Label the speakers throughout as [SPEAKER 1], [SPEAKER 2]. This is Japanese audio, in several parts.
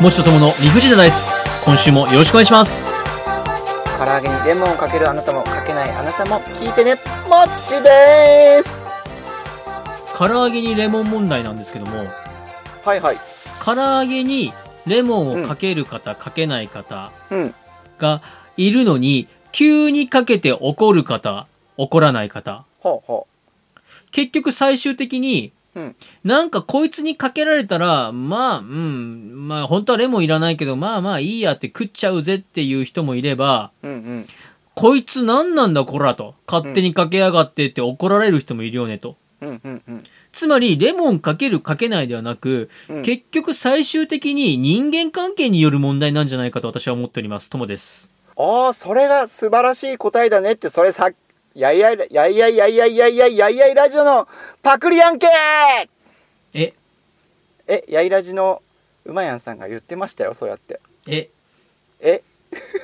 [SPEAKER 1] もちとともの理不尽なダイス今週もよろしくお願いします
[SPEAKER 2] 唐揚げにレモンをかけるあなたもかけないあなたも聞いてねもっちです
[SPEAKER 1] 唐揚げにレモン問題なんですけども
[SPEAKER 2] はいはい
[SPEAKER 1] 唐揚げにレモンをかける方、かけない方
[SPEAKER 2] うん
[SPEAKER 1] がいるのに急にかけて怒る方怒らない方
[SPEAKER 2] ほうほ
[SPEAKER 1] 結局最終的に、
[SPEAKER 2] うん
[SPEAKER 1] なんかこいつにかけられたら、まあ、うん、まあ本当はレモンいらないけど、まあまあいいやって食っちゃうぜっていう人もいれば、
[SPEAKER 2] ううんうん
[SPEAKER 1] こいつ何なんだこらと、勝手にかけやがってって怒られる人もいるよねと。
[SPEAKER 2] うんうんうん
[SPEAKER 1] つまり、レモンかけるかけないではなく、
[SPEAKER 2] うん
[SPEAKER 1] 結局最終的に人間関係による問題なんじゃないかと私は思っております。ともです。
[SPEAKER 2] ああそれが素晴らしい答えだねってそれさやいやいやいやいやいやいやいやいやいやいラジオのパクリやんけ
[SPEAKER 1] え、
[SPEAKER 2] えやいラジのうまやんさんが言ってましたよそうやって
[SPEAKER 1] え、
[SPEAKER 2] え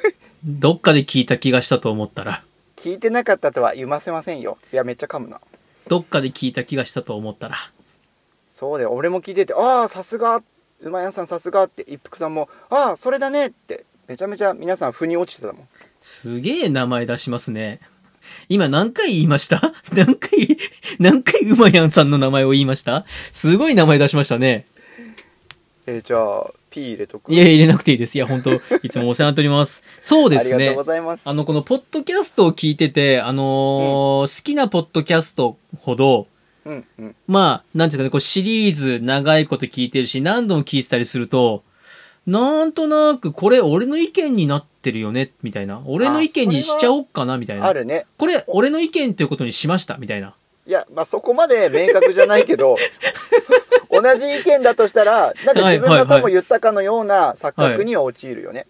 [SPEAKER 1] どっかで聞いた気がしたと思ったら、
[SPEAKER 2] 聞いてなかったとは言ませませんよいやめっちゃ噛むな
[SPEAKER 1] どっかで聞いた気がしたと思ったら、
[SPEAKER 2] そうだよ俺も聞いててああさすがうまやんさんさすがって一服さんもああそれだねってめちゃめちゃ皆さん腑に落ちてたもん
[SPEAKER 1] すげえ名前出しますね。今何回言いました 何回、何回うまやんさんの名前を言いましたすごい名前出しましたね。
[SPEAKER 2] えーじゃあ P 入れとく
[SPEAKER 1] いや、入れなくていいです。いや、本当いつもお世話になっております。そうです
[SPEAKER 2] ありが
[SPEAKER 1] ね
[SPEAKER 2] とうご。ざいます
[SPEAKER 1] あの、このポッドキャストを聞いてて、あのー好きなポッドキャストほど、
[SPEAKER 2] うんうん
[SPEAKER 1] まあ、なんていうかね、こうシリーズ長いこと聞いてるし、何度も聞いてたりすると、なんとなく、これ俺の意見になってるよね、みたいな。俺の意見にしちゃおっかな、みたいな
[SPEAKER 2] あ。るね
[SPEAKER 1] これ、俺の意見ということにしましたみたいな。
[SPEAKER 2] いやまあそこまで明確じゃないけ ど同じ意見だとしたらなんか自分
[SPEAKER 1] はいは
[SPEAKER 2] が
[SPEAKER 1] いはい
[SPEAKER 2] さも言ったかのような錯覚には陥るよね、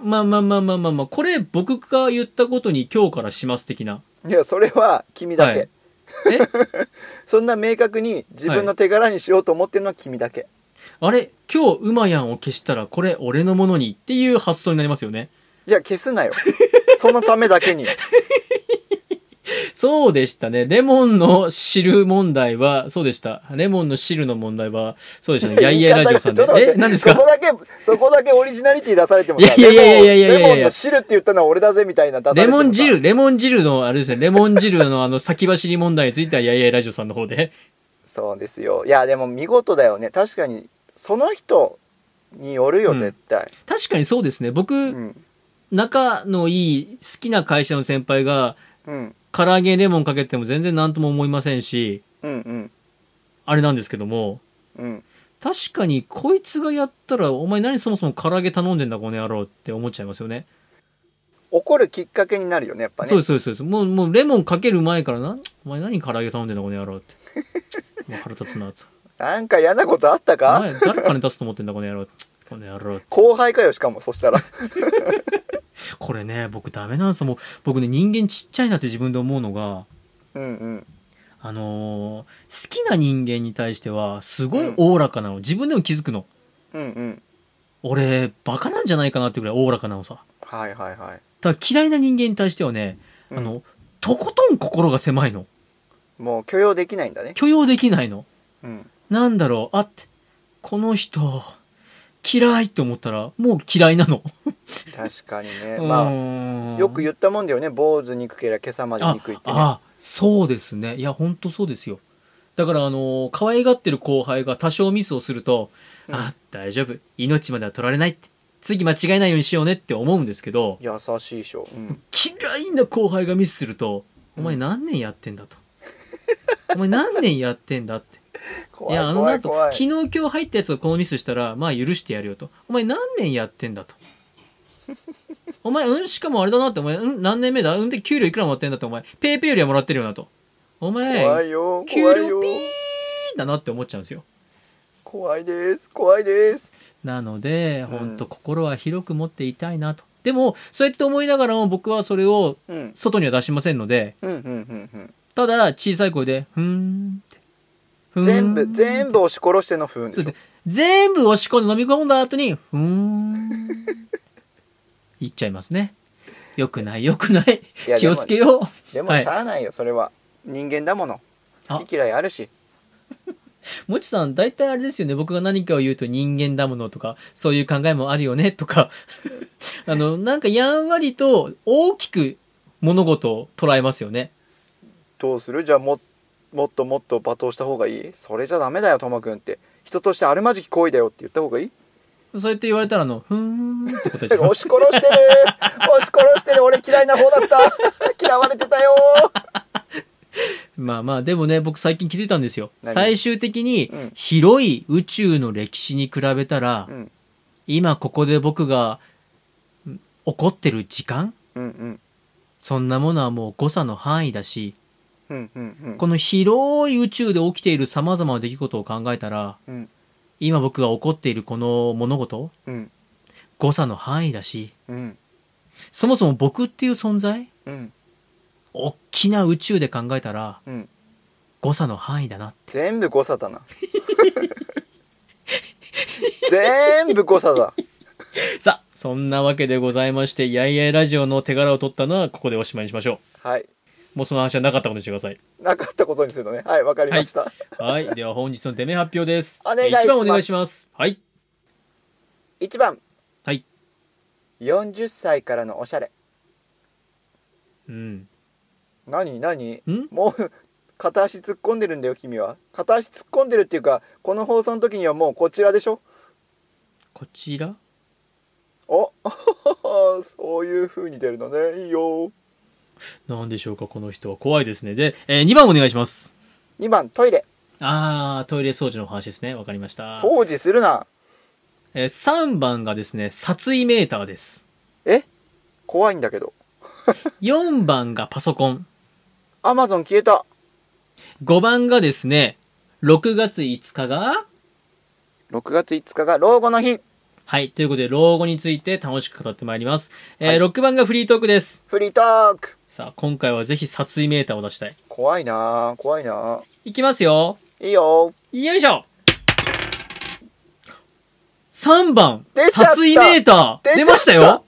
[SPEAKER 1] まあまあまあまあまあまあ、これ僕が言ったことに今日からします的な。
[SPEAKER 2] い、やそれは君だけ、
[SPEAKER 1] はいえ
[SPEAKER 2] そんな明確に自分の手柄にしようと思ってるのは君だけ、
[SPEAKER 1] あれ今日うまやんを消したらこれ俺のものにっていう発想になりますよね。
[SPEAKER 2] い、や消す なよそのためだけに
[SPEAKER 1] そうでしたね。レモンの汁問題は、そうでした。レモンの汁の問題は、そうでしたね。やいやいラジオさんで
[SPEAKER 2] 言い方。が
[SPEAKER 1] え何です
[SPEAKER 2] ちょっ
[SPEAKER 1] か
[SPEAKER 2] と待ってそこだけ、そこだけオリジナリティ出されてもさ
[SPEAKER 1] いやいやいやいやいやいやいや
[SPEAKER 2] レモンレモンの汁って言ったのは俺だぜみたいな出されて
[SPEAKER 1] レ
[SPEAKER 2] もさ
[SPEAKER 1] モン汁、レモン汁の、あれですね、レモン汁のあの先走り問題については、やいやいラジオさんの方で。
[SPEAKER 2] そうですよいやでも見事だよね確かにその人によるよ
[SPEAKER 1] うん
[SPEAKER 2] 絶対、
[SPEAKER 1] 確かにそうですね。僕、
[SPEAKER 2] うんうん
[SPEAKER 1] 仲のいい、好きな会社の先輩が、唐揚げにレモンかけても全然何とも思いませんし、
[SPEAKER 2] うんうん
[SPEAKER 1] あれなんですけども、
[SPEAKER 2] うん
[SPEAKER 1] 確かにこいつがやったら、お前何そもそも唐揚げ頼んでんだこの野郎って思っちゃいますよね。
[SPEAKER 2] 怒るきっかけになるよねやっぱね
[SPEAKER 1] そうです、そうです、そうです。もう、もうレモンかける前からな、お前何唐揚げ頼んでんだこの野郎 って。もう腹立つなと。
[SPEAKER 2] なんか嫌なことあった
[SPEAKER 1] お
[SPEAKER 2] か
[SPEAKER 1] 前誰金出すと思ってんだこの野郎って。この野郎。
[SPEAKER 2] 後輩かよしかもそしたら
[SPEAKER 1] これね、僕ダメなんですよ。もう僕ね、人間ちっちゃいなって自分で思うのが、
[SPEAKER 2] うんうん
[SPEAKER 1] あのー好きな人間に対しては、すごいおおらかなの。自分でも気づくの。
[SPEAKER 2] うんうん
[SPEAKER 1] 俺、バカなんじゃないかなってぐらいおおらかなのさ。
[SPEAKER 2] はいはいはい
[SPEAKER 1] ただ嫌いな人間に対してはね、
[SPEAKER 2] うん
[SPEAKER 1] あのとことん心が狭いの
[SPEAKER 2] もう許容できないんだね
[SPEAKER 1] 許容できないの
[SPEAKER 2] うん
[SPEAKER 1] なんだろうあってこの人嫌いって思ったらもう嫌いなの、
[SPEAKER 2] 確かにねま
[SPEAKER 1] ま
[SPEAKER 2] あよく
[SPEAKER 1] 言
[SPEAKER 2] 言ったもんだよね坊主憎けりゃ今朝まで憎いってね
[SPEAKER 1] ああそうですねいやほんとそうですよだからあの可愛がってる後輩が多少ミスをすると、
[SPEAKER 2] うん
[SPEAKER 1] あ大丈夫命までは取られないって次間違えないようにしようねって思うんですけど
[SPEAKER 2] 優しいでしょ、うん、
[SPEAKER 1] 嫌いな後輩がミスすると「お前何年やってんだ」と「お前何年やってんだ」って い
[SPEAKER 2] 怖い
[SPEAKER 1] や、あの
[SPEAKER 2] 怖い
[SPEAKER 1] 後、
[SPEAKER 2] 怖
[SPEAKER 1] 昨日
[SPEAKER 2] い
[SPEAKER 1] 今日入ったやつがこのミスしたら、まあ許してやるよと。お前何年やってんだと。 お前、うん、しかもあれだなって、お前、うん、何年目だうんで給料いくらもらってんだって、お前、ペイペイよりはもらってるよなと。お前、
[SPEAKER 2] 怖いよ
[SPEAKER 1] 給
[SPEAKER 2] 怖い
[SPEAKER 1] 料
[SPEAKER 2] よ
[SPEAKER 1] ピーだなって思っちゃうんですよ。
[SPEAKER 2] 怖いです怖いです
[SPEAKER 1] なので、
[SPEAKER 2] うん
[SPEAKER 1] ほんと心は広く持っていたいなと。でも、そうやって思いながらも僕はそれを
[SPEAKER 2] うん
[SPEAKER 1] 外には出しませんので、
[SPEAKER 2] うんうんうんうん
[SPEAKER 1] ただ小さい声で、ふーんって。ふーん
[SPEAKER 2] 全部全部押し殺しての不運で
[SPEAKER 1] そう
[SPEAKER 2] しょ
[SPEAKER 1] です全部押し込んで飲み込んだ後に、ふーん。言っちゃいますね。よくない、よくない
[SPEAKER 2] いや。
[SPEAKER 1] 気をつけよう。
[SPEAKER 2] でも
[SPEAKER 1] はい
[SPEAKER 2] しゃあないよそれは人間だもの
[SPEAKER 1] あ
[SPEAKER 2] 好き嫌いあるし
[SPEAKER 1] もちさん、大体あれですよね。僕が何かを言うと人間だものとか、そういう考えもあるよねとか、 あの、なんかやんわりと大きく物事を捉えますよね。
[SPEAKER 2] どうするじゃあももっともっと罵倒した方がいいそれじゃダメだよともくんって人としてあるまじき行為だよって言った 方がいい
[SPEAKER 1] そうやって言われたら、あの、ふーんって答えちゃ
[SPEAKER 2] だ
[SPEAKER 1] い
[SPEAKER 2] から
[SPEAKER 1] ま
[SPEAKER 2] 押
[SPEAKER 1] す
[SPEAKER 2] し。殺してる押し殺してる俺嫌いな方だった 嫌われてたよ
[SPEAKER 1] まあまあ、でもね、僕最近気づいたんですよ。
[SPEAKER 2] 何
[SPEAKER 1] 最終的に
[SPEAKER 2] うん
[SPEAKER 1] 広い宇宙の歴史に比べたら、
[SPEAKER 2] うん
[SPEAKER 1] 今ここで僕がん怒ってる時間
[SPEAKER 2] うんうん
[SPEAKER 1] そんなものはもう誤差の範囲だし、
[SPEAKER 2] うんうん
[SPEAKER 1] この広い宇宙で起きている様々な出来事を考えたら、
[SPEAKER 2] うん
[SPEAKER 1] 今僕が起こっているこの物事、
[SPEAKER 2] うん
[SPEAKER 1] 誤差の範囲だし、
[SPEAKER 2] うん
[SPEAKER 1] そもそも僕っていう存在、
[SPEAKER 2] うん
[SPEAKER 1] 大きな宇宙で考えたら、
[SPEAKER 2] うん
[SPEAKER 1] 誤差の範囲だな。
[SPEAKER 2] 全部誤差だな全部誤差だ
[SPEAKER 1] さあ、そんなわけでございまして、やいやいラジオの手柄を取ったのはここでおしまいにしましょ。
[SPEAKER 2] はいう
[SPEAKER 1] もうその話はなかったことにしてください。
[SPEAKER 2] なかったことにするのねはいわかりました、
[SPEAKER 1] はい。では本日の出目発表です。
[SPEAKER 2] お願いします
[SPEAKER 1] 1番お願いします。はい。
[SPEAKER 2] 1番
[SPEAKER 1] はい
[SPEAKER 2] 40歳からのおしゃれ
[SPEAKER 1] うん。
[SPEAKER 2] 何何
[SPEAKER 1] ん
[SPEAKER 2] もう片足突っ込んでるんだよ君は片足突っ込んでるっていうかこの放送の時にはもうこちらでしょ
[SPEAKER 1] こちら
[SPEAKER 2] おそういう風に出るのねいいよ
[SPEAKER 1] なんでしょうか、この人は怖いですね。で、えー2番お願いします。
[SPEAKER 2] 2番トイレ
[SPEAKER 1] あー、トイレ掃除のお話ですね。わかりました。
[SPEAKER 2] 掃除するな
[SPEAKER 1] えー3番がですね、殺意メーターです。
[SPEAKER 2] 怖いんだけど
[SPEAKER 1] 4番がパソコン。
[SPEAKER 2] アマゾン消えた
[SPEAKER 1] 5番がですね、6月5日が、
[SPEAKER 2] 6月5日が老後の日
[SPEAKER 1] はい、ということで、老後について楽しく語ってまいります。えー
[SPEAKER 2] はい
[SPEAKER 1] 6番がフリートークです。
[SPEAKER 2] フリートーク
[SPEAKER 1] さあ、今回はぜひ殺意メーターを出したい。
[SPEAKER 2] 怖いな怖いない
[SPEAKER 1] きますよ。
[SPEAKER 2] いいよ
[SPEAKER 1] よいしょ !3 番
[SPEAKER 2] 出ちゃっ、た
[SPEAKER 1] 殺意メーター
[SPEAKER 2] 出ちゃった
[SPEAKER 1] 出ましたよ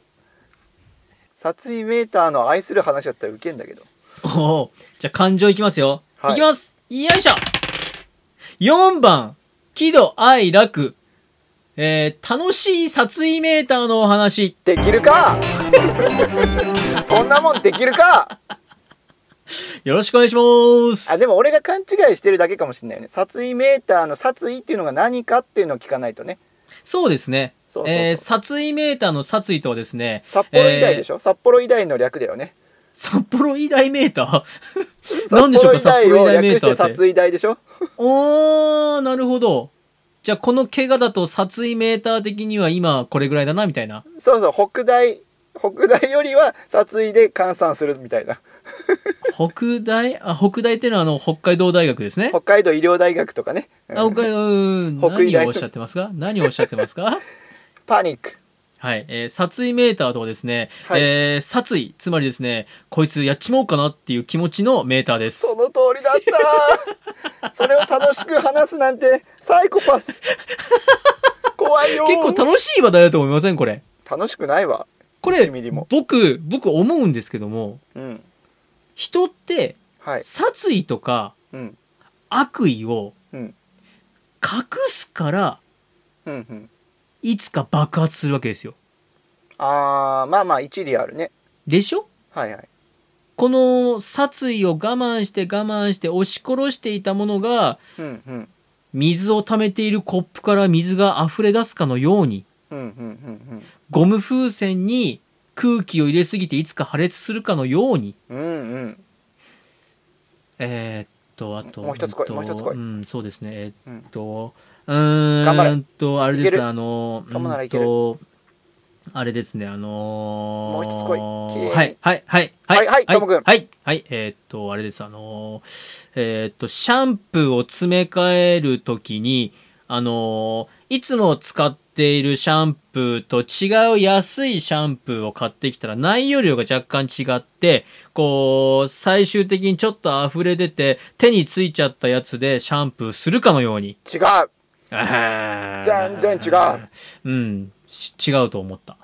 [SPEAKER 2] 殺意メーターの愛する話だったらウケんだけど
[SPEAKER 1] おおじゃあ感情いきますよ。
[SPEAKER 2] はい
[SPEAKER 1] い、きますよいしょ !4 番、喜怒哀楽。えー、楽しい殺意メーターのお話。
[SPEAKER 2] できる かそんなもんできるか
[SPEAKER 1] よろしくお願いします。
[SPEAKER 2] あでも俺が勘違いしてるだけかもしれないよね殺意メーターの殺意っていうのが何かっていうのを聞かないとね
[SPEAKER 1] そうですね。
[SPEAKER 2] そうそうそう
[SPEAKER 1] えー、殺意メーターの殺意とはですね、
[SPEAKER 2] 札幌医大でしょ、札幌医大の略だよね
[SPEAKER 1] 札幌医大メータ ーなん
[SPEAKER 2] 札
[SPEAKER 1] でしょうか、
[SPEAKER 2] 幌医
[SPEAKER 1] 札
[SPEAKER 2] 大
[SPEAKER 1] 幌医
[SPEAKER 2] を
[SPEAKER 1] 大メ
[SPEAKER 2] 略
[SPEAKER 1] ー
[SPEAKER 2] し
[SPEAKER 1] ター
[SPEAKER 2] て
[SPEAKER 1] って。
[SPEAKER 2] 殺意大でしょ
[SPEAKER 1] おー、なるほど。じゃあ、この怪我だと殺意メーター的には今これぐらいだな、みたい な。
[SPEAKER 2] そうそう北大北大よりは殺意で換算するみたいな
[SPEAKER 1] 北大、あ、北大ってのはあの、北海道大学ですね。
[SPEAKER 2] 北海道医療大学とかね、うん
[SPEAKER 1] あ、おかうん、
[SPEAKER 2] 北
[SPEAKER 1] 何
[SPEAKER 2] 医大
[SPEAKER 1] をおっしゃってますか何をおっしゃってます か
[SPEAKER 2] パニック
[SPEAKER 1] はい、えー殺意メーターとはですね、
[SPEAKER 2] はい
[SPEAKER 1] えー殺意、つまりですね、こいつやっちまおうかなっていう気持ちのメーターで
[SPEAKER 2] そ
[SPEAKER 1] す。
[SPEAKER 2] の通りだった それを楽しく話すなんてサイコ パス怖いよ
[SPEAKER 1] 結構楽しい話題だと思いませんこれ。
[SPEAKER 2] 楽しくないわ
[SPEAKER 1] こ
[SPEAKER 2] 1
[SPEAKER 1] れ、
[SPEAKER 2] ミリも
[SPEAKER 1] 僕、僕思うんですけども、
[SPEAKER 2] うん
[SPEAKER 1] 人って、
[SPEAKER 2] はい
[SPEAKER 1] 殺意とか
[SPEAKER 2] うん
[SPEAKER 1] 悪意を
[SPEAKER 2] うん
[SPEAKER 1] 隠すから、
[SPEAKER 2] うんうん
[SPEAKER 1] いつか爆発するわけですよ。
[SPEAKER 2] あーまあまあ一理あるね
[SPEAKER 1] でしょ
[SPEAKER 2] はいはい
[SPEAKER 1] この殺意を我慢して我慢して押し殺していたものが、
[SPEAKER 2] うんうん
[SPEAKER 1] 水を溜めているコップから水が溢れ出すかのように、
[SPEAKER 2] うんうんうん
[SPEAKER 1] ゴム風船に空気を入れすぎていつか破裂するかのように、
[SPEAKER 2] うんうんうん
[SPEAKER 1] えーっと、あと、
[SPEAKER 2] もう一つ来い
[SPEAKER 1] んと
[SPEAKER 2] もう一つ来い
[SPEAKER 1] うん、そうですね、え
[SPEAKER 2] う
[SPEAKER 1] ー
[SPEAKER 2] ん
[SPEAKER 1] っと、うーん、
[SPEAKER 2] 頑張れ
[SPEAKER 1] と、あれで
[SPEAKER 2] いけ
[SPEAKER 1] す、
[SPEAKER 2] る
[SPEAKER 1] あの、
[SPEAKER 2] 友ならいける
[SPEAKER 1] うーんとあれですね、あのー
[SPEAKER 2] もう一つ来い綺麗に
[SPEAKER 1] はい、はい、はい、
[SPEAKER 2] はいはい
[SPEAKER 1] はい、
[SPEAKER 2] ともくん
[SPEAKER 1] はい、はい、えーっと、あれです、あのーえーっと、シャンプーを詰め替えるときに、あのーいつも使っているシャンプーと違う安いシャンプーを買ってきたら内容量が若干違って、こう、最終的にちょっと溢れ出て、手についちゃったやつでシャンプーするかのように。
[SPEAKER 2] 違う
[SPEAKER 1] 全
[SPEAKER 2] 全然違う。
[SPEAKER 1] うん、し違うと思った。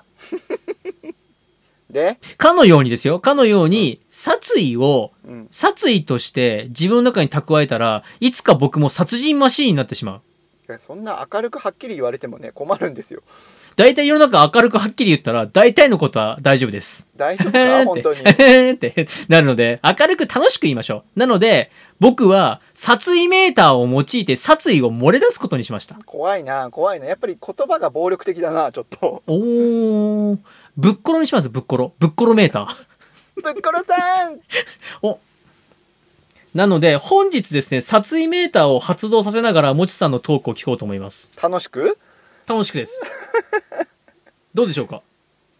[SPEAKER 2] で、
[SPEAKER 1] かのようにですよ。かのように、殺意を、
[SPEAKER 2] うん、
[SPEAKER 1] 殺意として自分の中に蓄えたら、いつか僕も殺人マシーンになってしまう。
[SPEAKER 2] いやそんな明るくはっきり言われてもね困るんですよ
[SPEAKER 1] 大体世の中明るくはっきり言ったら、大体のことは大丈夫です。
[SPEAKER 2] 大丈夫
[SPEAKER 1] へー
[SPEAKER 2] か
[SPEAKER 1] ん
[SPEAKER 2] 本当に
[SPEAKER 1] って、へーんってなるので、明るく楽しく言いましょう。なので、僕は殺意メーターを用いて殺意を漏れ出すことにしました。
[SPEAKER 2] 怖いな怖いなやっぱり言葉が暴力的だなちょっと
[SPEAKER 1] おー、ぶっころにします、ぶっころ。ぶっころメーター。
[SPEAKER 2] ぶっ殺さん
[SPEAKER 1] なので、本日ですね、殺意メーターを発動させながら、もちさんのトークを聞こうと思います。
[SPEAKER 2] 楽しく
[SPEAKER 1] 楽しくです。どうでしょうか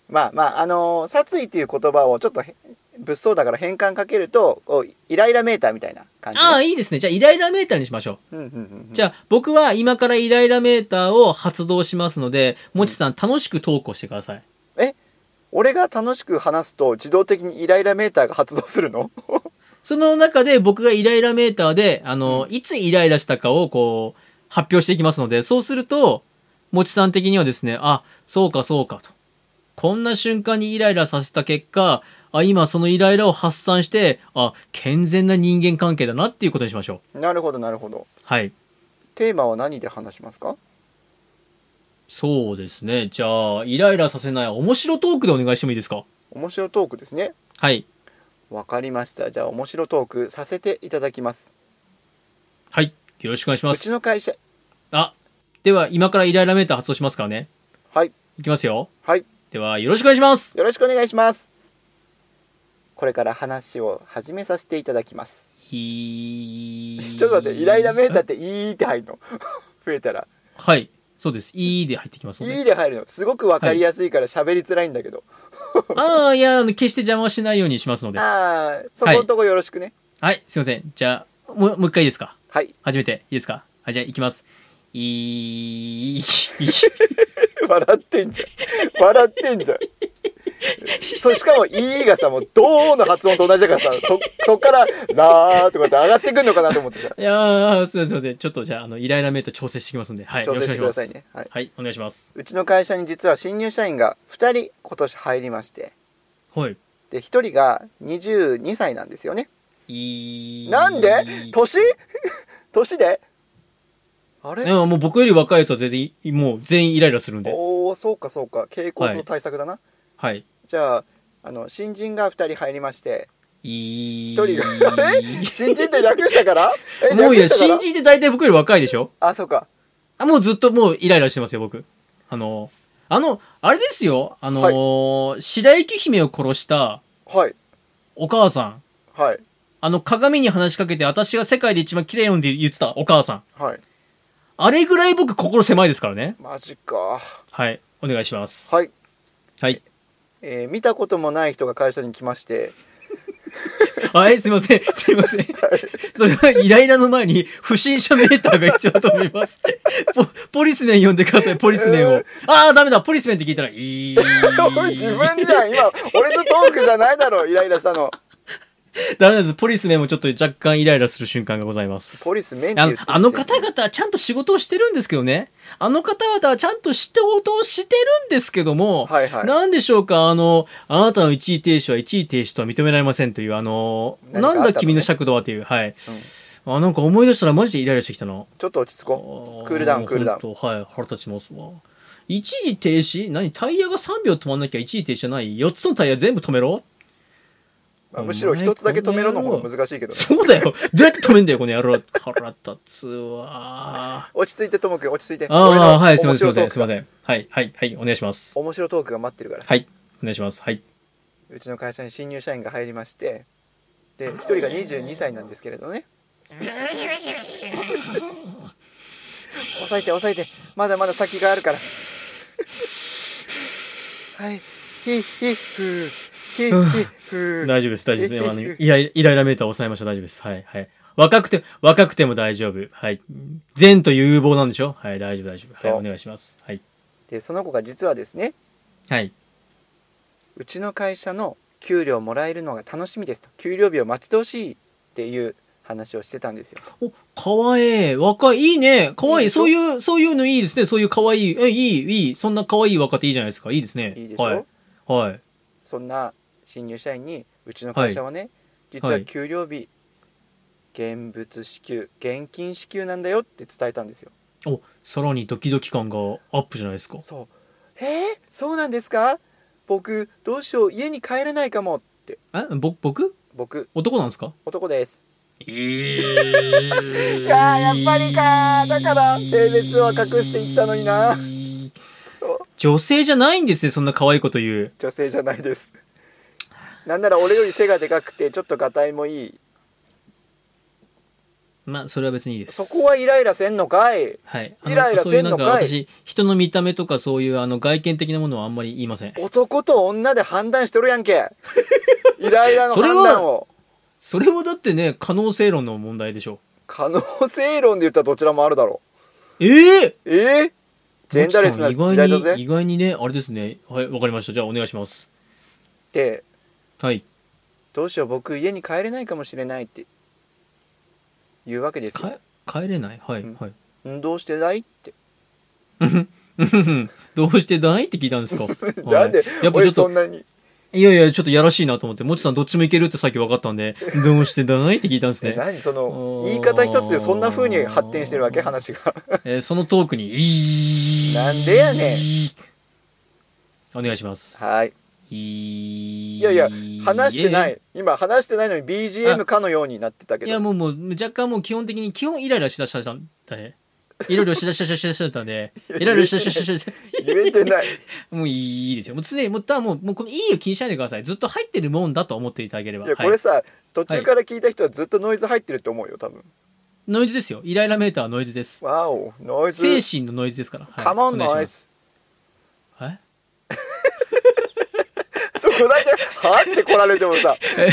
[SPEAKER 2] まあまああのー殺意っていう言葉をちょっとへ物騒だから変換かけるとこうイライラメーターみたいな感じね
[SPEAKER 1] ああ、いいですね。じゃあ、イライラメーターにしましょう。
[SPEAKER 2] うんうんうんうん
[SPEAKER 1] じゃあ、僕は今からイライラメーターを発動しますので、もちさん楽しくトークをしてください。
[SPEAKER 2] 俺が楽しく話すと自動的にイライラメーターが発動するの
[SPEAKER 1] その中で僕がイライラメーターで、あの、いつイライラしたかをこう、発表していきますので、そうすると、もちさん的にはですね、あ、そうかそうかと。こんな瞬間にイライラさせた結果、あ、今そのイライラを発散して、あ、健全な人間関係だなっていうことにしましょう。
[SPEAKER 2] なるほどなるほど
[SPEAKER 1] はい。
[SPEAKER 2] テーマは何で話しますか
[SPEAKER 1] そうですね。じゃあ、イライラさせない面白トークでお願いしてもいいですか
[SPEAKER 2] 面白トークですね
[SPEAKER 1] はい。
[SPEAKER 2] わかりましたじゃあ面白トークさせていただきます
[SPEAKER 1] はい。よろしくお願いしま
[SPEAKER 2] う
[SPEAKER 1] す。
[SPEAKER 2] ちの会社
[SPEAKER 1] あ、では今からイライラメーター発動しますからね。
[SPEAKER 2] はい。
[SPEAKER 1] いきますよ。
[SPEAKER 2] はい。
[SPEAKER 1] ではよろしくお願いします。
[SPEAKER 2] よろしくお願いしますこれから話を始めさせていただきます
[SPEAKER 1] ひ
[SPEAKER 2] ちょっと待ってイライラメータ
[SPEAKER 1] ー。
[SPEAKER 2] ーっていいって入るの 増えたら
[SPEAKER 1] はい。そうです。いいで入ってきますの
[SPEAKER 2] い
[SPEAKER 1] で。
[SPEAKER 2] いで入るのすごくわかりやすいから喋りづらいんだけど、
[SPEAKER 1] ああ、いや、あの、決して邪魔をしないようにしますので。
[SPEAKER 2] ああそこのとこよろしくね
[SPEAKER 1] はい、すいません。じゃあ、もう、もう一回いいですか
[SPEAKER 2] はい、
[SPEAKER 1] 初めて。いいですかはい、じゃあ、いきます。いい、
[SPEAKER 2] 笑ってんじゃん笑ってんじゃんそうしかも「いい」がさもう「どう」の発音と同じだからさそそっから「ラー」とかって上がってくんのかなと思ってさ
[SPEAKER 1] いやー、すいません、すいません。ちょっと、じゃあ、あの、イライラメーター調整してきますんで。はい、
[SPEAKER 2] 調整して
[SPEAKER 1] よ
[SPEAKER 2] く
[SPEAKER 1] ろ
[SPEAKER 2] だ
[SPEAKER 1] しくお
[SPEAKER 2] さ
[SPEAKER 1] 願い
[SPEAKER 2] い
[SPEAKER 1] します。
[SPEAKER 2] ね、はいう
[SPEAKER 1] はい、お願いします。
[SPEAKER 2] うちの会社に実は新入社員が2人今年入りまして
[SPEAKER 1] はい。
[SPEAKER 2] で1人が22歳なんですよね
[SPEAKER 1] いい。
[SPEAKER 2] なんで 年年であ
[SPEAKER 1] い
[SPEAKER 2] れ
[SPEAKER 1] やもう僕より若いやつは全然い、もう全員イライラするんで。
[SPEAKER 2] おおそうかそうか傾向の対策だな、
[SPEAKER 1] はい。
[SPEAKER 2] じゃああの新人が2人入りまして
[SPEAKER 1] 一
[SPEAKER 2] 一人があれ新人で略したから え
[SPEAKER 1] もういや、
[SPEAKER 2] 略したか
[SPEAKER 1] 新
[SPEAKER 2] ら
[SPEAKER 1] 人って大体僕より若いでしょ
[SPEAKER 2] あそうか
[SPEAKER 1] あ、もうずっともうイライラしてますよ、僕。あの、あの、あれですよ、あのー白雪姫を殺した
[SPEAKER 2] はい
[SPEAKER 1] お母さん。
[SPEAKER 2] はい
[SPEAKER 1] あの、鏡に話しかけて、私が世界で一番綺麗なんで言ってたお母さん。
[SPEAKER 2] はい
[SPEAKER 1] あれぐらい僕心狭いですからね。
[SPEAKER 2] マジか
[SPEAKER 1] はい。お願いします。
[SPEAKER 2] はい、
[SPEAKER 1] はい。
[SPEAKER 2] えー見たこともない人が会社に来まして
[SPEAKER 1] はい、すいま せん。すいません。それはイライラの前に不審者メーターが必要だと思い ます。ポポリスメン呼んでください、ポリスメンを。ああ、ダメだ、ポリスメンって聞いたら、いい。
[SPEAKER 2] おい自分じゃん今俺のトークじゃないだろイライラしたの
[SPEAKER 1] ダメです、ポリスメンもちょっと若干イライラする瞬間がございます。
[SPEAKER 2] ポリスメンって
[SPEAKER 1] あの
[SPEAKER 2] 言って
[SPEAKER 1] あの方々はちゃんと仕事をしてるんですけどね。あの方々はちゃんと仕事をしてるんですけども、
[SPEAKER 2] はいはい
[SPEAKER 1] なんでしょうか、あの、あなたの一位停止は一位停止とは認められませんという、あの、
[SPEAKER 2] 何かあ
[SPEAKER 1] な
[SPEAKER 2] ったの
[SPEAKER 1] ん
[SPEAKER 2] ね
[SPEAKER 1] だ君の尺度はという、はい。あ、なんか思い出したらマジでイライラしてきたな。
[SPEAKER 2] ちょっと落ち着こクールダウンクールダウン
[SPEAKER 1] ン。はい、腹立ちますわ。一時停止何タイヤが3秒止まんなきゃ一時停止じゃない四つのタイヤ全部止めろ
[SPEAKER 2] う、まあむしろ一つだけ止めろの方が難し いけどね
[SPEAKER 1] そうだよ。どうやって止めんだよ、この野郎。腹立つわ。
[SPEAKER 2] 落ち着いてともくん落ち着いて
[SPEAKER 1] ああ、はい、すい
[SPEAKER 2] 面
[SPEAKER 1] ません、すいま
[SPEAKER 2] 白ト
[SPEAKER 1] せ
[SPEAKER 2] ー
[SPEAKER 1] ん、
[SPEAKER 2] ク
[SPEAKER 1] すいません。はい、はい、はい、お願いします。
[SPEAKER 2] 面白トークが待ってるから
[SPEAKER 1] はい、お願いします。はい。
[SPEAKER 2] うちの会社に新入社員が入りましてで一人が22歳なんですけれどね抑えて抑えてまだまだ先があるからはいひひふーひひふ ー
[SPEAKER 1] 大丈夫です、大丈夫です。 今あのイライイライラメーター抑えました、大丈夫です。はい、はい。若くて、若くても大丈夫。はい。善という有望なんでしょはい、大丈夫、大丈夫。はい、
[SPEAKER 2] そう
[SPEAKER 1] お願いします。はい。
[SPEAKER 2] でその子が実はですね
[SPEAKER 1] はい。
[SPEAKER 2] うちの会社の給料もらえるのが楽しみですと給料日を待ち遠しいっていう話をしてたんですよ
[SPEAKER 1] お、かわいい。若い。いいね。かわい
[SPEAKER 2] いい
[SPEAKER 1] い。
[SPEAKER 2] でしょ
[SPEAKER 1] そういう、そういうのいいですね。そういうかわいい。え、いい、いい。そんなかわいい若手いいじゃないですか。いいですね。
[SPEAKER 2] いいでしょ、
[SPEAKER 1] はい。はい。
[SPEAKER 2] そんな新入社員にうちの会社はね、実
[SPEAKER 1] は
[SPEAKER 2] はい給料日、現物支給現金支給なんだよって伝えたんですよ
[SPEAKER 1] おさらにドキドキ感がアップじゃないですか
[SPEAKER 2] そうえー、そうなんですか僕どうしよう家に帰れないかもって
[SPEAKER 1] えぼ僕
[SPEAKER 2] 僕
[SPEAKER 1] 男なんですか
[SPEAKER 2] 男です
[SPEAKER 1] え
[SPEAKER 2] い
[SPEAKER 1] ー
[SPEAKER 2] やーやっぱりかーだから性別は隠していったのになそう
[SPEAKER 1] 女性じゃないんですねそんな可愛いこと言う
[SPEAKER 2] 女性じゃないですなんなら俺より背がでかくてちょっとがたいもいい
[SPEAKER 1] まあそれは別にいいです
[SPEAKER 2] そこはイライラせんのかい
[SPEAKER 1] はいあの
[SPEAKER 2] イライラ
[SPEAKER 1] そうい
[SPEAKER 2] せ
[SPEAKER 1] うんなん
[SPEAKER 2] の
[SPEAKER 1] か
[SPEAKER 2] かい
[SPEAKER 1] 私人の見た目とかそういうあの外見的なものはあんまり言いません
[SPEAKER 2] 男と女で判断しとるや んけイライラの
[SPEAKER 1] それ
[SPEAKER 2] 判
[SPEAKER 1] は
[SPEAKER 2] 断を
[SPEAKER 1] それはだってね可能性論の問題でしょ
[SPEAKER 2] 可能性論で言ったらどちらもあるだろ
[SPEAKER 1] ええー
[SPEAKER 2] うえー、ジェンダーレスな
[SPEAKER 1] モチ
[SPEAKER 2] 時
[SPEAKER 1] さん
[SPEAKER 2] 代だ
[SPEAKER 1] 意外に
[SPEAKER 2] ぜ
[SPEAKER 1] 意外にねあれですねはいわかりましたじゃあお願いします
[SPEAKER 2] で
[SPEAKER 1] はい
[SPEAKER 2] どうしよう僕家に帰れないかもしれないって言うわけですよ
[SPEAKER 1] か帰れないはい、
[SPEAKER 2] うん
[SPEAKER 1] はい
[SPEAKER 2] んどうしてだいって
[SPEAKER 1] うんどうしてだいって聞いたんですか、
[SPEAKER 2] な
[SPEAKER 1] は
[SPEAKER 2] ん
[SPEAKER 1] い
[SPEAKER 2] で、
[SPEAKER 1] やっぱちょ
[SPEAKER 2] 俺
[SPEAKER 1] っ
[SPEAKER 2] そ
[SPEAKER 1] と
[SPEAKER 2] んなに
[SPEAKER 1] いやいやちょっとやらしいなと思ってもちさんどっちもいけるってさっき分かったんでどうしてだいって聞いたんです
[SPEAKER 2] え
[SPEAKER 1] ね
[SPEAKER 2] 何その
[SPEAKER 1] おー
[SPEAKER 2] 言い方一つでそんな風に発展してるわけ話が
[SPEAKER 1] えーそのトークに、いー
[SPEAKER 2] なんでやねん
[SPEAKER 1] お願いします。
[SPEAKER 2] はい
[SPEAKER 1] い。
[SPEAKER 2] いやいや話してないい今話してないのに BGM かのようになってたけ
[SPEAKER 1] いや、
[SPEAKER 2] ど
[SPEAKER 1] もう、もう、若干もう基本的に、基本イライラしだしたんだね。いろいろしだしだしだしだしだったん で、いろいろしだしだしだしだ
[SPEAKER 2] 言えてない
[SPEAKER 1] もういいですよ。もう常に、もう、ただもう、もうこのいいを気にしないでください。ずっと入ってるもんだと思っていただければ。
[SPEAKER 2] いやこ
[SPEAKER 1] は
[SPEAKER 2] れ
[SPEAKER 1] い、
[SPEAKER 2] さ、途中から聞いた人はずっとノイズ入ってると思うよ多分
[SPEAKER 1] ノイズですよ。イライラメーターはノイズです。
[SPEAKER 2] わおノイ
[SPEAKER 1] 精
[SPEAKER 2] ズ
[SPEAKER 1] 神のノイズですから。はい
[SPEAKER 2] カモン
[SPEAKER 1] お願いし
[SPEAKER 2] ノ
[SPEAKER 1] ま
[SPEAKER 2] イ
[SPEAKER 1] す
[SPEAKER 2] ズ
[SPEAKER 1] はい
[SPEAKER 2] そこだけ「は?」って来られても さ「え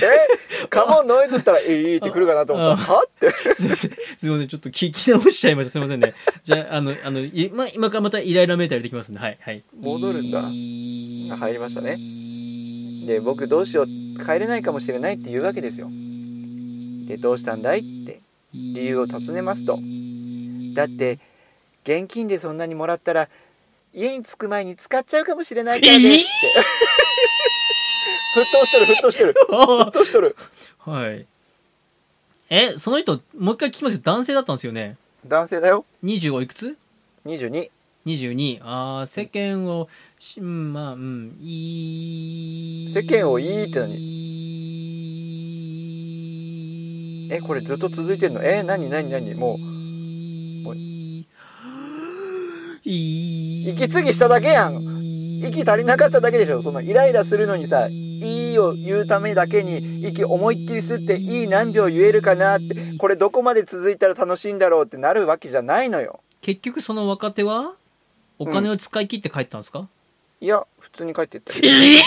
[SPEAKER 2] カモンノイズ」ったら「いい」って来るかなと思ったら「は?」って
[SPEAKER 1] すみません。すみません。ちょっと聞き直しちゃいました。すみませんね。じゃあ、あの、あの、いま、今からまたイライラメーターできますんで、はい、はい。
[SPEAKER 2] 戻るんだあ入りましたね
[SPEAKER 1] で
[SPEAKER 2] で僕どうしよう帰れないかもしれないって言うわけですよでどうしたんだいって理由を尋ねますとだって現金でそんなにもらったら家に着く前に使っちゃうかもしれないから ですって沸騰してる沸騰してる沸騰してる
[SPEAKER 1] はい。え、その人、もう一回聞きますよ。男性だったんですよね。
[SPEAKER 2] 男性だよ
[SPEAKER 1] 25いくつ
[SPEAKER 2] 22
[SPEAKER 1] 22あー世間をしうんまあうんいい
[SPEAKER 2] 世間をいいって
[SPEAKER 1] 何
[SPEAKER 2] えこれずっと続いてんのえ何何何ももう
[SPEAKER 1] 息
[SPEAKER 2] 息継ぎしただけやん息足りなかっただけでしょそのイライラするのにさ「いい」を言うためだけに息思いっきり吸って「いい」何秒言えるかなってこれどこまで続いたら楽しいんだろうってなるわけじゃないのよ
[SPEAKER 1] 結局その若手はお金を使い切って帰ったんですか、
[SPEAKER 2] いや普通に帰ってったよ
[SPEAKER 1] ええ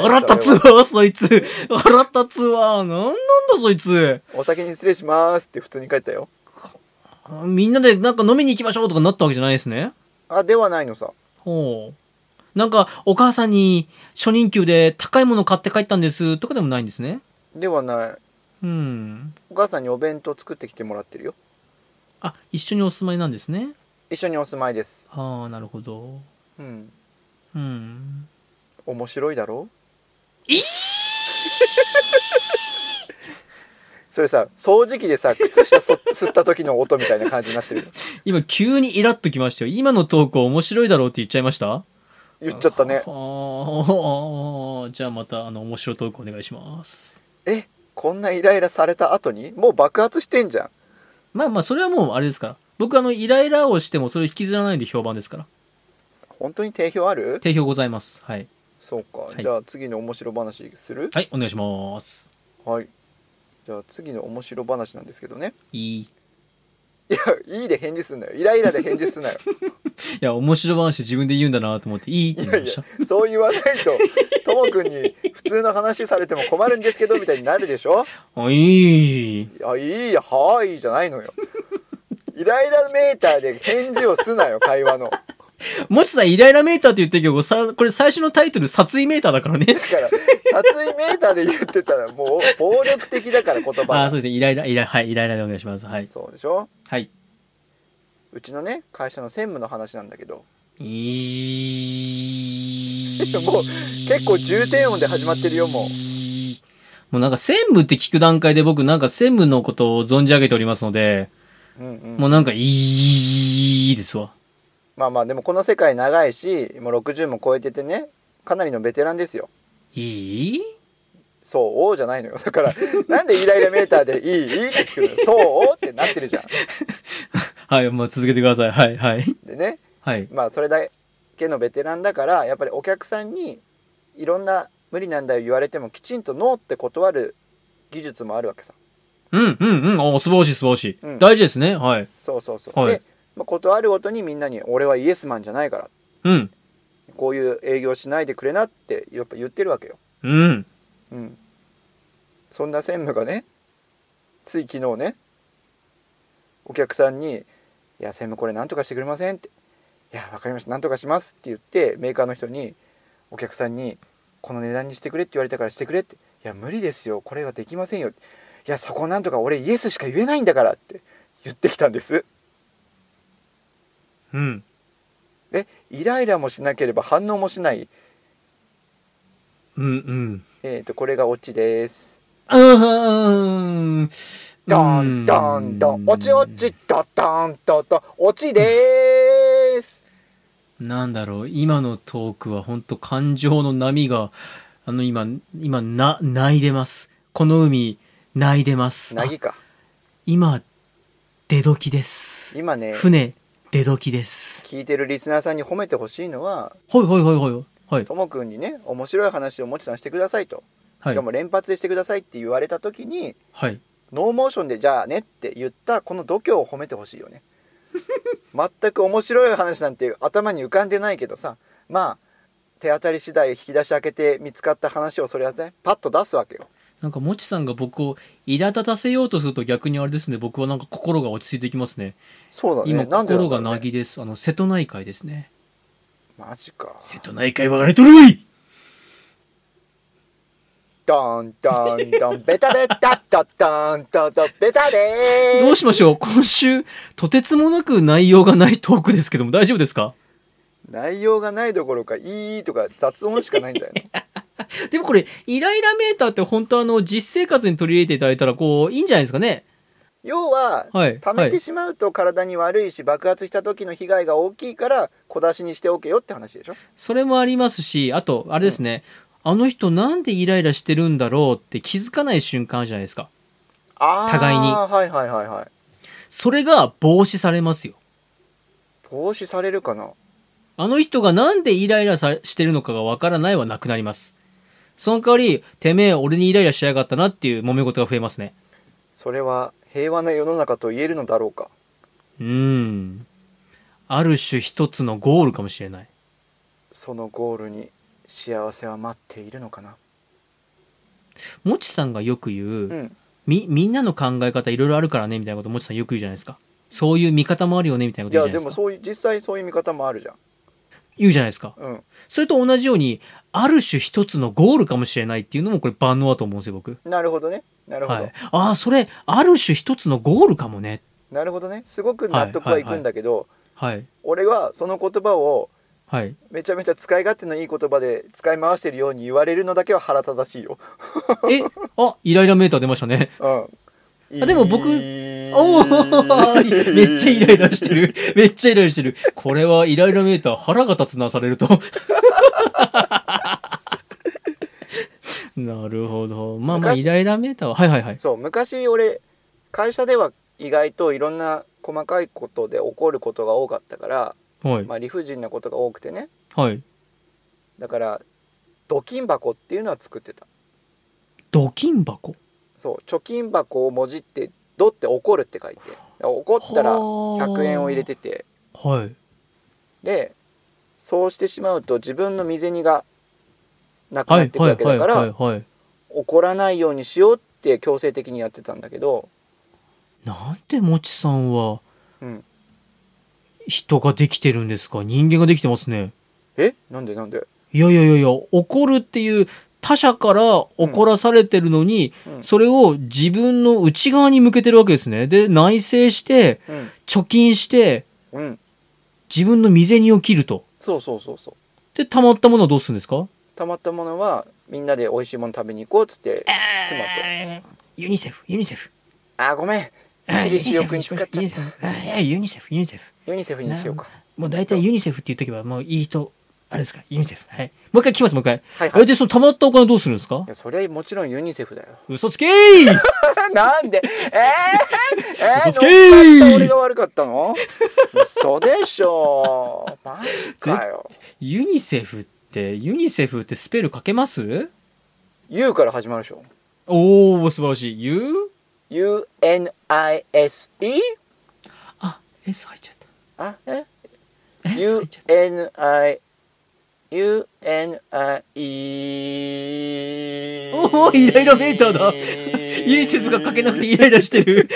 [SPEAKER 1] 腹立つわそいつ腹立つわなんなんだそいつ
[SPEAKER 2] お酒に失礼しますって普通に帰ったよ
[SPEAKER 1] みんなでなんか飲みに行きましょうとかなったわけじゃないですね
[SPEAKER 2] あではないのさ
[SPEAKER 1] ほうなんかお母さんに初任給で高いもの買って帰ったんですとかでもないんですね
[SPEAKER 2] ではない
[SPEAKER 1] うん
[SPEAKER 2] お母さんにお弁当作ってきてもらってるよ
[SPEAKER 1] あ一緒にお住まいなんですね
[SPEAKER 2] 一緒にお住まいです
[SPEAKER 1] ああなるほど
[SPEAKER 2] うん
[SPEAKER 1] うん
[SPEAKER 2] 面白いだろ
[SPEAKER 1] いい
[SPEAKER 2] それさ掃除機でさ靴下そ 吸った時の音みたいな感じになってる
[SPEAKER 1] 今急にイラッときましたよ今のトーク面白いだろうって言っちゃいました
[SPEAKER 2] 言っちゃったね
[SPEAKER 1] あー じゃあまたあの面白いトークお願いします
[SPEAKER 2] えこんなイライラされた後にもう爆発してんじゃん
[SPEAKER 1] まあまあそれはもうあれですから僕あのイライラをしてもそれを引きずらないんで評判ですから
[SPEAKER 2] 本当に定評ある
[SPEAKER 1] 定評ございますはい
[SPEAKER 2] そうか、
[SPEAKER 1] はい
[SPEAKER 2] じゃあ次の面白話する
[SPEAKER 1] はいお願いします
[SPEAKER 2] はいじゃあ次の面白話なんですけどね
[SPEAKER 1] いいい
[SPEAKER 2] いやいいで返事すんなよイライラで返事すんなよ
[SPEAKER 1] や面白話自分で言うんだなと思っていいって
[SPEAKER 2] い
[SPEAKER 1] 言
[SPEAKER 2] や
[SPEAKER 1] いま
[SPEAKER 2] い
[SPEAKER 1] し
[SPEAKER 2] や
[SPEAKER 1] た
[SPEAKER 2] そう言わないとともくんに普通の話されても困るんですけどみたいになるでしょ
[SPEAKER 1] あいい
[SPEAKER 2] いやいいやはーいじゃない のよイライラメーターで返事をすなよ会話のだか
[SPEAKER 1] もちさんイライラメーターって言ってるけどさこれ最初のタイトル殺意メーターだからね
[SPEAKER 2] ら殺意メーターで言ってたらもう暴力的だから言葉
[SPEAKER 1] あ
[SPEAKER 2] が
[SPEAKER 1] あそうですねイライライラはいイライラでお願いしますはい
[SPEAKER 2] そうでしょ
[SPEAKER 1] はいう
[SPEAKER 2] ちのね会社の専務の話なんだけど
[SPEAKER 1] え
[SPEAKER 2] もう結構重低音で始まってるよもう
[SPEAKER 1] もうなんか専務って聞く段階で僕なんか専務のことを存じ上げておりますので、
[SPEAKER 2] うんうん
[SPEAKER 1] もうなんか、いいですわ。
[SPEAKER 2] まあまあでもこの世界長いしもう60も超えててねかなりのベテランですよ
[SPEAKER 1] いい
[SPEAKER 2] そうおーじゃないのよだからなんでイライラメーターで「いい?」いいって聞くのよそうおーってなってるじゃん
[SPEAKER 1] はい、もう続けてください。はい、はい。
[SPEAKER 2] でね
[SPEAKER 1] はい。
[SPEAKER 2] まあそれだけのベテランだからやっぱりお客さんにいろんな「無理なんだよ」言われてもきちんと「ノー」って断る技術もあるわけさ
[SPEAKER 1] うん、うん、うん。お、素晴らしい、素晴らしい。
[SPEAKER 2] うん
[SPEAKER 1] 大事ですね。はい。
[SPEAKER 2] そうそうそう、
[SPEAKER 1] はい
[SPEAKER 2] で、まあ、断るごとにみんなに「俺はイエスマンじゃないから
[SPEAKER 1] うん、」
[SPEAKER 2] こういう営業しないでくれなってやっぱ言ってるわけよ
[SPEAKER 1] うん。
[SPEAKER 2] うん、そんな専務がねつい昨日ねお客さんに「いや専務これなんとかしてくれません」って「いやわかりましたなんとかします」って言ってメーカーの人にお客さんに「この値段にしてくれ」って言われたからしてくれって「いや無理ですよこれはできませんよ」いやそこなんとか俺イエスしか言えないんだから」って言ってきたんです
[SPEAKER 1] うん。
[SPEAKER 2] えイライラもしなければ反応もしない
[SPEAKER 1] うん、うん。
[SPEAKER 2] えっ、とこれがオチです
[SPEAKER 1] うーん。
[SPEAKER 2] ドンドンドン、オチオチドドンドドン、オチでーす。
[SPEAKER 1] なんだろう、今のトークは本当感情の波が、あの今、今、な、泣いでます。この海、泣いでます。
[SPEAKER 2] なぎか。
[SPEAKER 1] 今、出時です。
[SPEAKER 2] 今ね、
[SPEAKER 1] 船、出時です。
[SPEAKER 2] 聞いてるリスナーさんに褒めてほしいのは、
[SPEAKER 1] はいはいはいはい。はい。
[SPEAKER 2] ともくんにね、面白い話をもちさんしてくださいと。
[SPEAKER 1] は
[SPEAKER 2] し
[SPEAKER 1] い
[SPEAKER 2] か。も連発してくださいって言われた時に、
[SPEAKER 1] はい。
[SPEAKER 2] ノーモーションでじゃあねって言ったこの度胸を褒めてほしいよね。全く面白い話なんて頭に浮かんでないけどさ、まあ、手当たり次第引き出し開けて見つかった話をそれはね、パッと出すわけよ。
[SPEAKER 1] なんか、もちさんが僕を苛立たせようとすると逆にあれですね、僕はなんか心が落ち着いてきますね。
[SPEAKER 2] そうだね。
[SPEAKER 1] 今、
[SPEAKER 2] なんでだろ
[SPEAKER 1] 心
[SPEAKER 2] う
[SPEAKER 1] が
[SPEAKER 2] ね
[SPEAKER 1] なぎです。あの、瀬戸内海ですね。
[SPEAKER 2] マジか。
[SPEAKER 1] 瀬戸内海はがれとるわい
[SPEAKER 2] ドンドンドンベタベタドドンドドベタでーす
[SPEAKER 1] どうしましょう今週、とてつもなく内容がないトークですけども、大丈夫ですか
[SPEAKER 2] 内容がないどころか「いー」とか雑音しかないんじゃない の
[SPEAKER 1] でもこれ、イライラメーターって本当あの、実生活に取り入れていただいたら、こう、いいんじゃないですかね
[SPEAKER 2] 要は、
[SPEAKER 1] はい。
[SPEAKER 2] 溜め
[SPEAKER 1] は
[SPEAKER 2] て
[SPEAKER 1] い。
[SPEAKER 2] しまうと体に悪いし爆発した時の被害が大きいから小出しにしておけよって話でしょ
[SPEAKER 1] それもありますし、あと、あれですね、あの人なんでイライラしてるんだろうって気づかない瞬間あるじゃないですか。
[SPEAKER 2] あー
[SPEAKER 1] 互いに
[SPEAKER 2] はいはいはいはい
[SPEAKER 1] それが防止されますよ。
[SPEAKER 2] 防止されるかな
[SPEAKER 1] あの人がなんでイライラさしてるのかがわからないはなくなります。その代わり、てめえ俺にイライラしやがったなっていう揉め事が増えますね。
[SPEAKER 2] それは平和な世の中と言えるのだろうか
[SPEAKER 1] うーん。ある種一つのゴールかもしれない。
[SPEAKER 2] そのゴールに幸せは待っているのかな
[SPEAKER 1] もちさんがよく言う、
[SPEAKER 2] うん
[SPEAKER 1] み、みんなの考え方いろいろあるからね、みたいなこともちさんよく言うじゃないですか。そういう見方もあるよね、みたいないこと言
[SPEAKER 2] や
[SPEAKER 1] うじ
[SPEAKER 2] で
[SPEAKER 1] ゃない
[SPEAKER 2] も
[SPEAKER 1] ですか。
[SPEAKER 2] そういう実際そういう見方もあるじゃん
[SPEAKER 1] 言うじゃないですか。
[SPEAKER 2] うん
[SPEAKER 1] それと同じように、ある種一つのゴールかもしれないっていうのもこれ万能だと思うんですよ、僕。
[SPEAKER 2] なるほどねなるほど、
[SPEAKER 1] はい。ああ、それ、ある種一つのゴールかもね。
[SPEAKER 2] なるほどねすごく納得はいくんだけど、
[SPEAKER 1] はい。
[SPEAKER 2] 俺はその言葉を
[SPEAKER 1] はい。
[SPEAKER 2] めちゃめちゃ使い勝手のいい言葉で使い回してるように言われるのだけは腹立たしいよ。
[SPEAKER 1] え、あ、イライラメーター出ましたね。
[SPEAKER 2] うん、
[SPEAKER 1] あでも僕
[SPEAKER 2] いい
[SPEAKER 1] おお めっちゃイライラしてる。めっちゃイライラしてる。これはイライラメーター腹が立つな、されると。なるほど。まあまあ、
[SPEAKER 2] 昔
[SPEAKER 1] イライラメーターは、はいはいはい。
[SPEAKER 2] そう昔俺会社では意外といろんな細かいことで怒ることが多かったから、
[SPEAKER 1] はい。
[SPEAKER 2] まあ、理不尽なことが多くてね
[SPEAKER 1] はい。
[SPEAKER 2] だからドキン箱っていうのは作ってた
[SPEAKER 1] ドキン箱
[SPEAKER 2] そう貯金箱をもじって「ド」って怒るって書いて怒ったら100円を入れてて
[SPEAKER 1] はい。
[SPEAKER 2] でそうしてしまうと自分の身銭がなく
[SPEAKER 1] は
[SPEAKER 2] なっ
[SPEAKER 1] い
[SPEAKER 2] てくる
[SPEAKER 1] は
[SPEAKER 2] わ
[SPEAKER 1] い
[SPEAKER 2] け
[SPEAKER 1] は
[SPEAKER 2] だ
[SPEAKER 1] い
[SPEAKER 2] か
[SPEAKER 1] はい
[SPEAKER 2] ら
[SPEAKER 1] はい。
[SPEAKER 2] 怒らないようにしようって強制的にやってたんだけど
[SPEAKER 1] なんでもちさんは
[SPEAKER 2] うん、
[SPEAKER 1] 人ができてるんですか人間ができてますね。
[SPEAKER 2] えなんでなんで、
[SPEAKER 1] いやいやいやいや、怒るっていう他者から怒らされてるのに、
[SPEAKER 2] うん
[SPEAKER 1] それを自分の内側に向けてるわけですね。で、内省して、
[SPEAKER 2] うん
[SPEAKER 1] 貯金して、
[SPEAKER 2] うん、
[SPEAKER 1] 自分の身銭を切ると。
[SPEAKER 2] そうそうそうそう
[SPEAKER 1] で、溜まったものはどうするんですか
[SPEAKER 2] たまったものはみんなで美味しいもの食べに行こうっつって妻
[SPEAKER 1] えーユニセフ、ユニセフ。
[SPEAKER 2] あーごめん
[SPEAKER 1] あー
[SPEAKER 2] 私利私欲に使っちゃった
[SPEAKER 1] ユニセフあーいやユニセフ、ユニセフ。
[SPEAKER 2] ユニセフにしようか
[SPEAKER 1] もう大体ユニセフっていうときはもういい人、あれですか、ユニセフ。はい。もう一回聞きます、もう一回。
[SPEAKER 2] はいは
[SPEAKER 1] あ
[SPEAKER 2] い
[SPEAKER 1] れで、その溜まったお金どうするんですか
[SPEAKER 2] いやそれはもちろんユニセフだよ
[SPEAKER 1] 嘘つけー
[SPEAKER 2] なんでえー、えー、
[SPEAKER 1] 嘘つけー
[SPEAKER 2] 乗っかった俺が悪かったの嘘でしょマジかよ
[SPEAKER 1] ユニセフって、ユニセフってスペル書けます
[SPEAKER 2] U から始まるでしょ
[SPEAKER 1] おー、素晴らしい。U?
[SPEAKER 2] UNISE?
[SPEAKER 1] あ、S 入っちゃっ
[SPEAKER 2] あえ
[SPEAKER 1] た。S 入っちゃった。
[SPEAKER 2] UNI UNI
[SPEAKER 1] おーイライラメーターだ ユニセフが書けなくてイライラして る。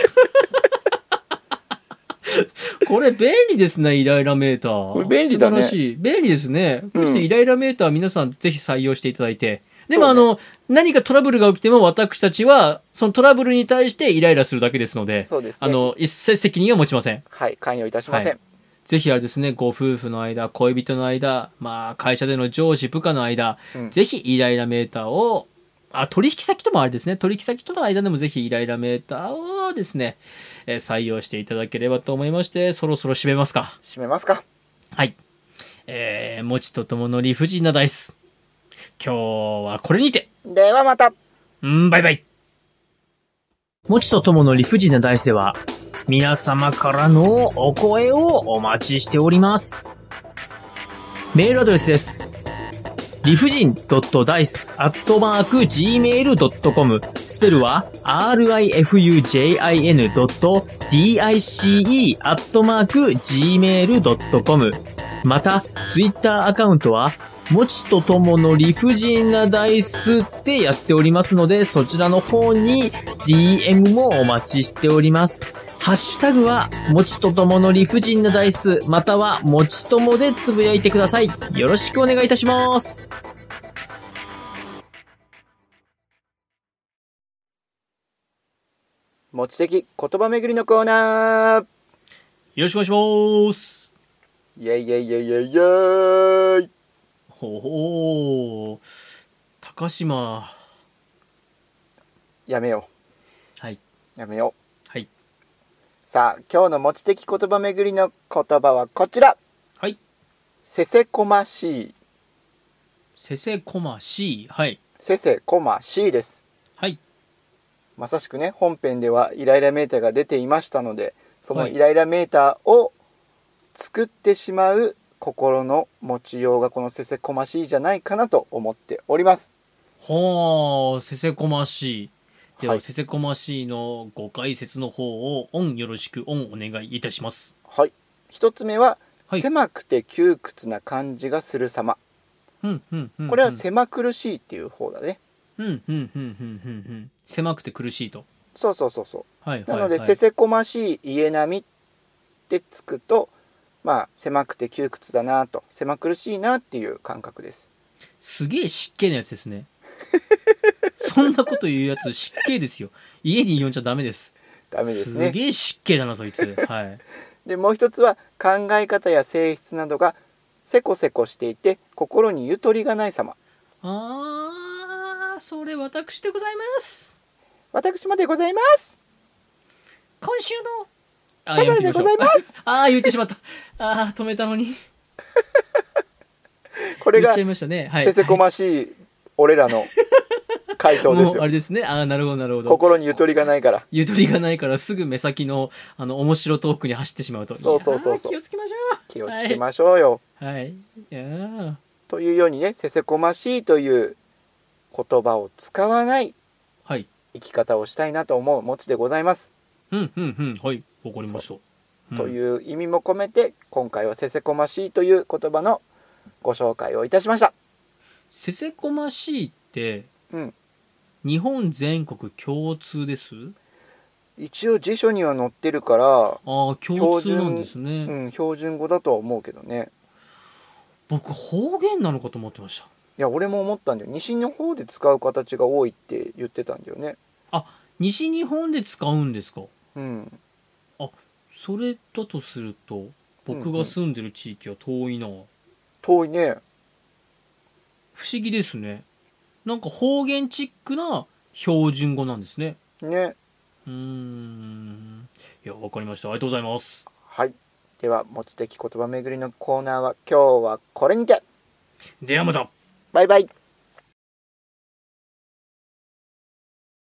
[SPEAKER 1] これ便利ですね、イライラメーター。
[SPEAKER 2] これ便利だね
[SPEAKER 1] 素晴らしい。便利ですね。こ
[SPEAKER 2] うん
[SPEAKER 1] の人イライラメーター皆さんぜひ採用していただいて。でも、
[SPEAKER 2] そ
[SPEAKER 1] あ
[SPEAKER 2] うね
[SPEAKER 1] の、何かトラブルが起きても私たちは、そのトラブルに対してイライラするだけですので、
[SPEAKER 2] そうですね
[SPEAKER 1] あの、一切責任は持ちません。
[SPEAKER 2] はい関与いたしません、
[SPEAKER 1] はぜひあれですね、ご夫婦の間、恋人の間、まあ、会社での上司、部下の間、
[SPEAKER 2] うん
[SPEAKER 1] ぜひイライラメーターを、あ、取引先ともあれですね、取引先との間でもぜひイライラメーターをですね、えー採用していただければと思いまして、そろそろ締めますか。
[SPEAKER 2] 締めますか
[SPEAKER 1] はい。えー、もちとともの理不尽なダイス。今日はこれにて。
[SPEAKER 2] ではまた
[SPEAKER 1] うん、バイバイ。もちとともの理不尽な大世は、皆様からのお声をお待ちしております。メールアドレスです。理不尽 .dice.gmail.com スペルは rifujin.dice.gmail.com また、ツイッターアカウントは、もちとともの理不尽なダイスってやっておりますので、そちらの方に DM もお待ちしております。ハッシュタグは、もちとともの理不尽なダイス、または、もちともでつぶやいてください。よろしくお願いいたします。
[SPEAKER 2] 持ち的言葉巡りのコーナー
[SPEAKER 1] よろしくお願いします。
[SPEAKER 2] イェイイェイイェイイェイイェイ
[SPEAKER 1] ほほー。高島。
[SPEAKER 2] やめよ
[SPEAKER 1] はい。
[SPEAKER 2] うやめよう
[SPEAKER 1] はい
[SPEAKER 2] さあ今日の持ち的言葉巡りの言葉はこちら
[SPEAKER 1] はい
[SPEAKER 2] せせこましい
[SPEAKER 1] せせこまし。はい。
[SPEAKER 2] せせこましいです
[SPEAKER 1] はい。
[SPEAKER 2] まさしくね本編ではイライラメーターが出ていましたのでその
[SPEAKER 1] はい
[SPEAKER 2] イライラメーターを作ってしまう心の持ちようがこのせせこましいじゃないかなと思っております
[SPEAKER 1] はー、せせこましい。では、
[SPEAKER 2] はい
[SPEAKER 1] せせこましいのご解説の方をオンよろしくオンお願いいたします。
[SPEAKER 2] はい一つ目は、
[SPEAKER 1] はい
[SPEAKER 2] 狭くて窮屈な感じがする様
[SPEAKER 1] うんうんうんうん。
[SPEAKER 2] これは狭苦しいっていう方だね、
[SPEAKER 1] うんうんうんうんうんうん。狭くて苦しいと。
[SPEAKER 2] そうそうそうそう
[SPEAKER 1] はいはい、は。
[SPEAKER 2] ないので、せせこましい家並みってつくとまあ狭くて窮屈だなと狭苦しいなっていう感覚です
[SPEAKER 1] すげえ湿気なやつですね。 そんなこと言うやつ湿気ですよ。家に呼んじゃダメです。
[SPEAKER 2] ダメですね
[SPEAKER 1] すげえ湿気だな、そいつ。はい。
[SPEAKER 2] でもう一つは考え方や性質などがせこせこしていて心にゆとりがない様
[SPEAKER 1] あー、それ私でございます。
[SPEAKER 2] 私までございます
[SPEAKER 1] 今週の。あ
[SPEAKER 2] サザエでございま
[SPEAKER 1] あ
[SPEAKER 2] す
[SPEAKER 1] あー、言ってしまった。あー、止めたのに。
[SPEAKER 2] これ
[SPEAKER 1] 言っ
[SPEAKER 2] が
[SPEAKER 1] ちゃいましたね。はい。
[SPEAKER 2] せせこましい俺らの回答です
[SPEAKER 1] もう
[SPEAKER 2] よ、
[SPEAKER 1] あれですね。ああ、なるほど、なるほど。
[SPEAKER 2] 心にゆとりがないから
[SPEAKER 1] ゆとりがないからすぐ目先の、あの、面白トークに走ってしまうと。
[SPEAKER 2] そうそうそうそう
[SPEAKER 1] いやー気をつけましょ
[SPEAKER 2] 気をつけましょうよ、
[SPEAKER 1] う。はい。いやー
[SPEAKER 2] というようにねせせこましいという言葉を使わない
[SPEAKER 1] はい。
[SPEAKER 2] 生き方をしたいなと思う持ちでございます、
[SPEAKER 1] うん、うん、うん。はい。わかりました。うん
[SPEAKER 2] という意味も込めて今回はせせこましいという言葉のご紹介をいたしました
[SPEAKER 1] せせこましいって、
[SPEAKER 2] うん
[SPEAKER 1] 日本全国共通です
[SPEAKER 2] 一応辞書には載ってるから、
[SPEAKER 1] ああ共通なんですね、
[SPEAKER 2] うん、標準語だとは思うけどね
[SPEAKER 1] 僕方言なのかと思ってました
[SPEAKER 2] いや俺も思ったんだよ西の方で使う形が多いって言ってたんだよね
[SPEAKER 1] 西日本で使うんですか
[SPEAKER 2] うん
[SPEAKER 1] それだとすると僕が住んでる地域は遠いな、
[SPEAKER 2] 遠いね
[SPEAKER 1] 不思議ですねなんか方言チックな標準語なんですね
[SPEAKER 2] ね
[SPEAKER 1] うーんいやわかりましたありがとうございます
[SPEAKER 2] はいでは持つ的言葉巡りのコーナーは今日はこれにて
[SPEAKER 1] ではまた
[SPEAKER 2] バイバイ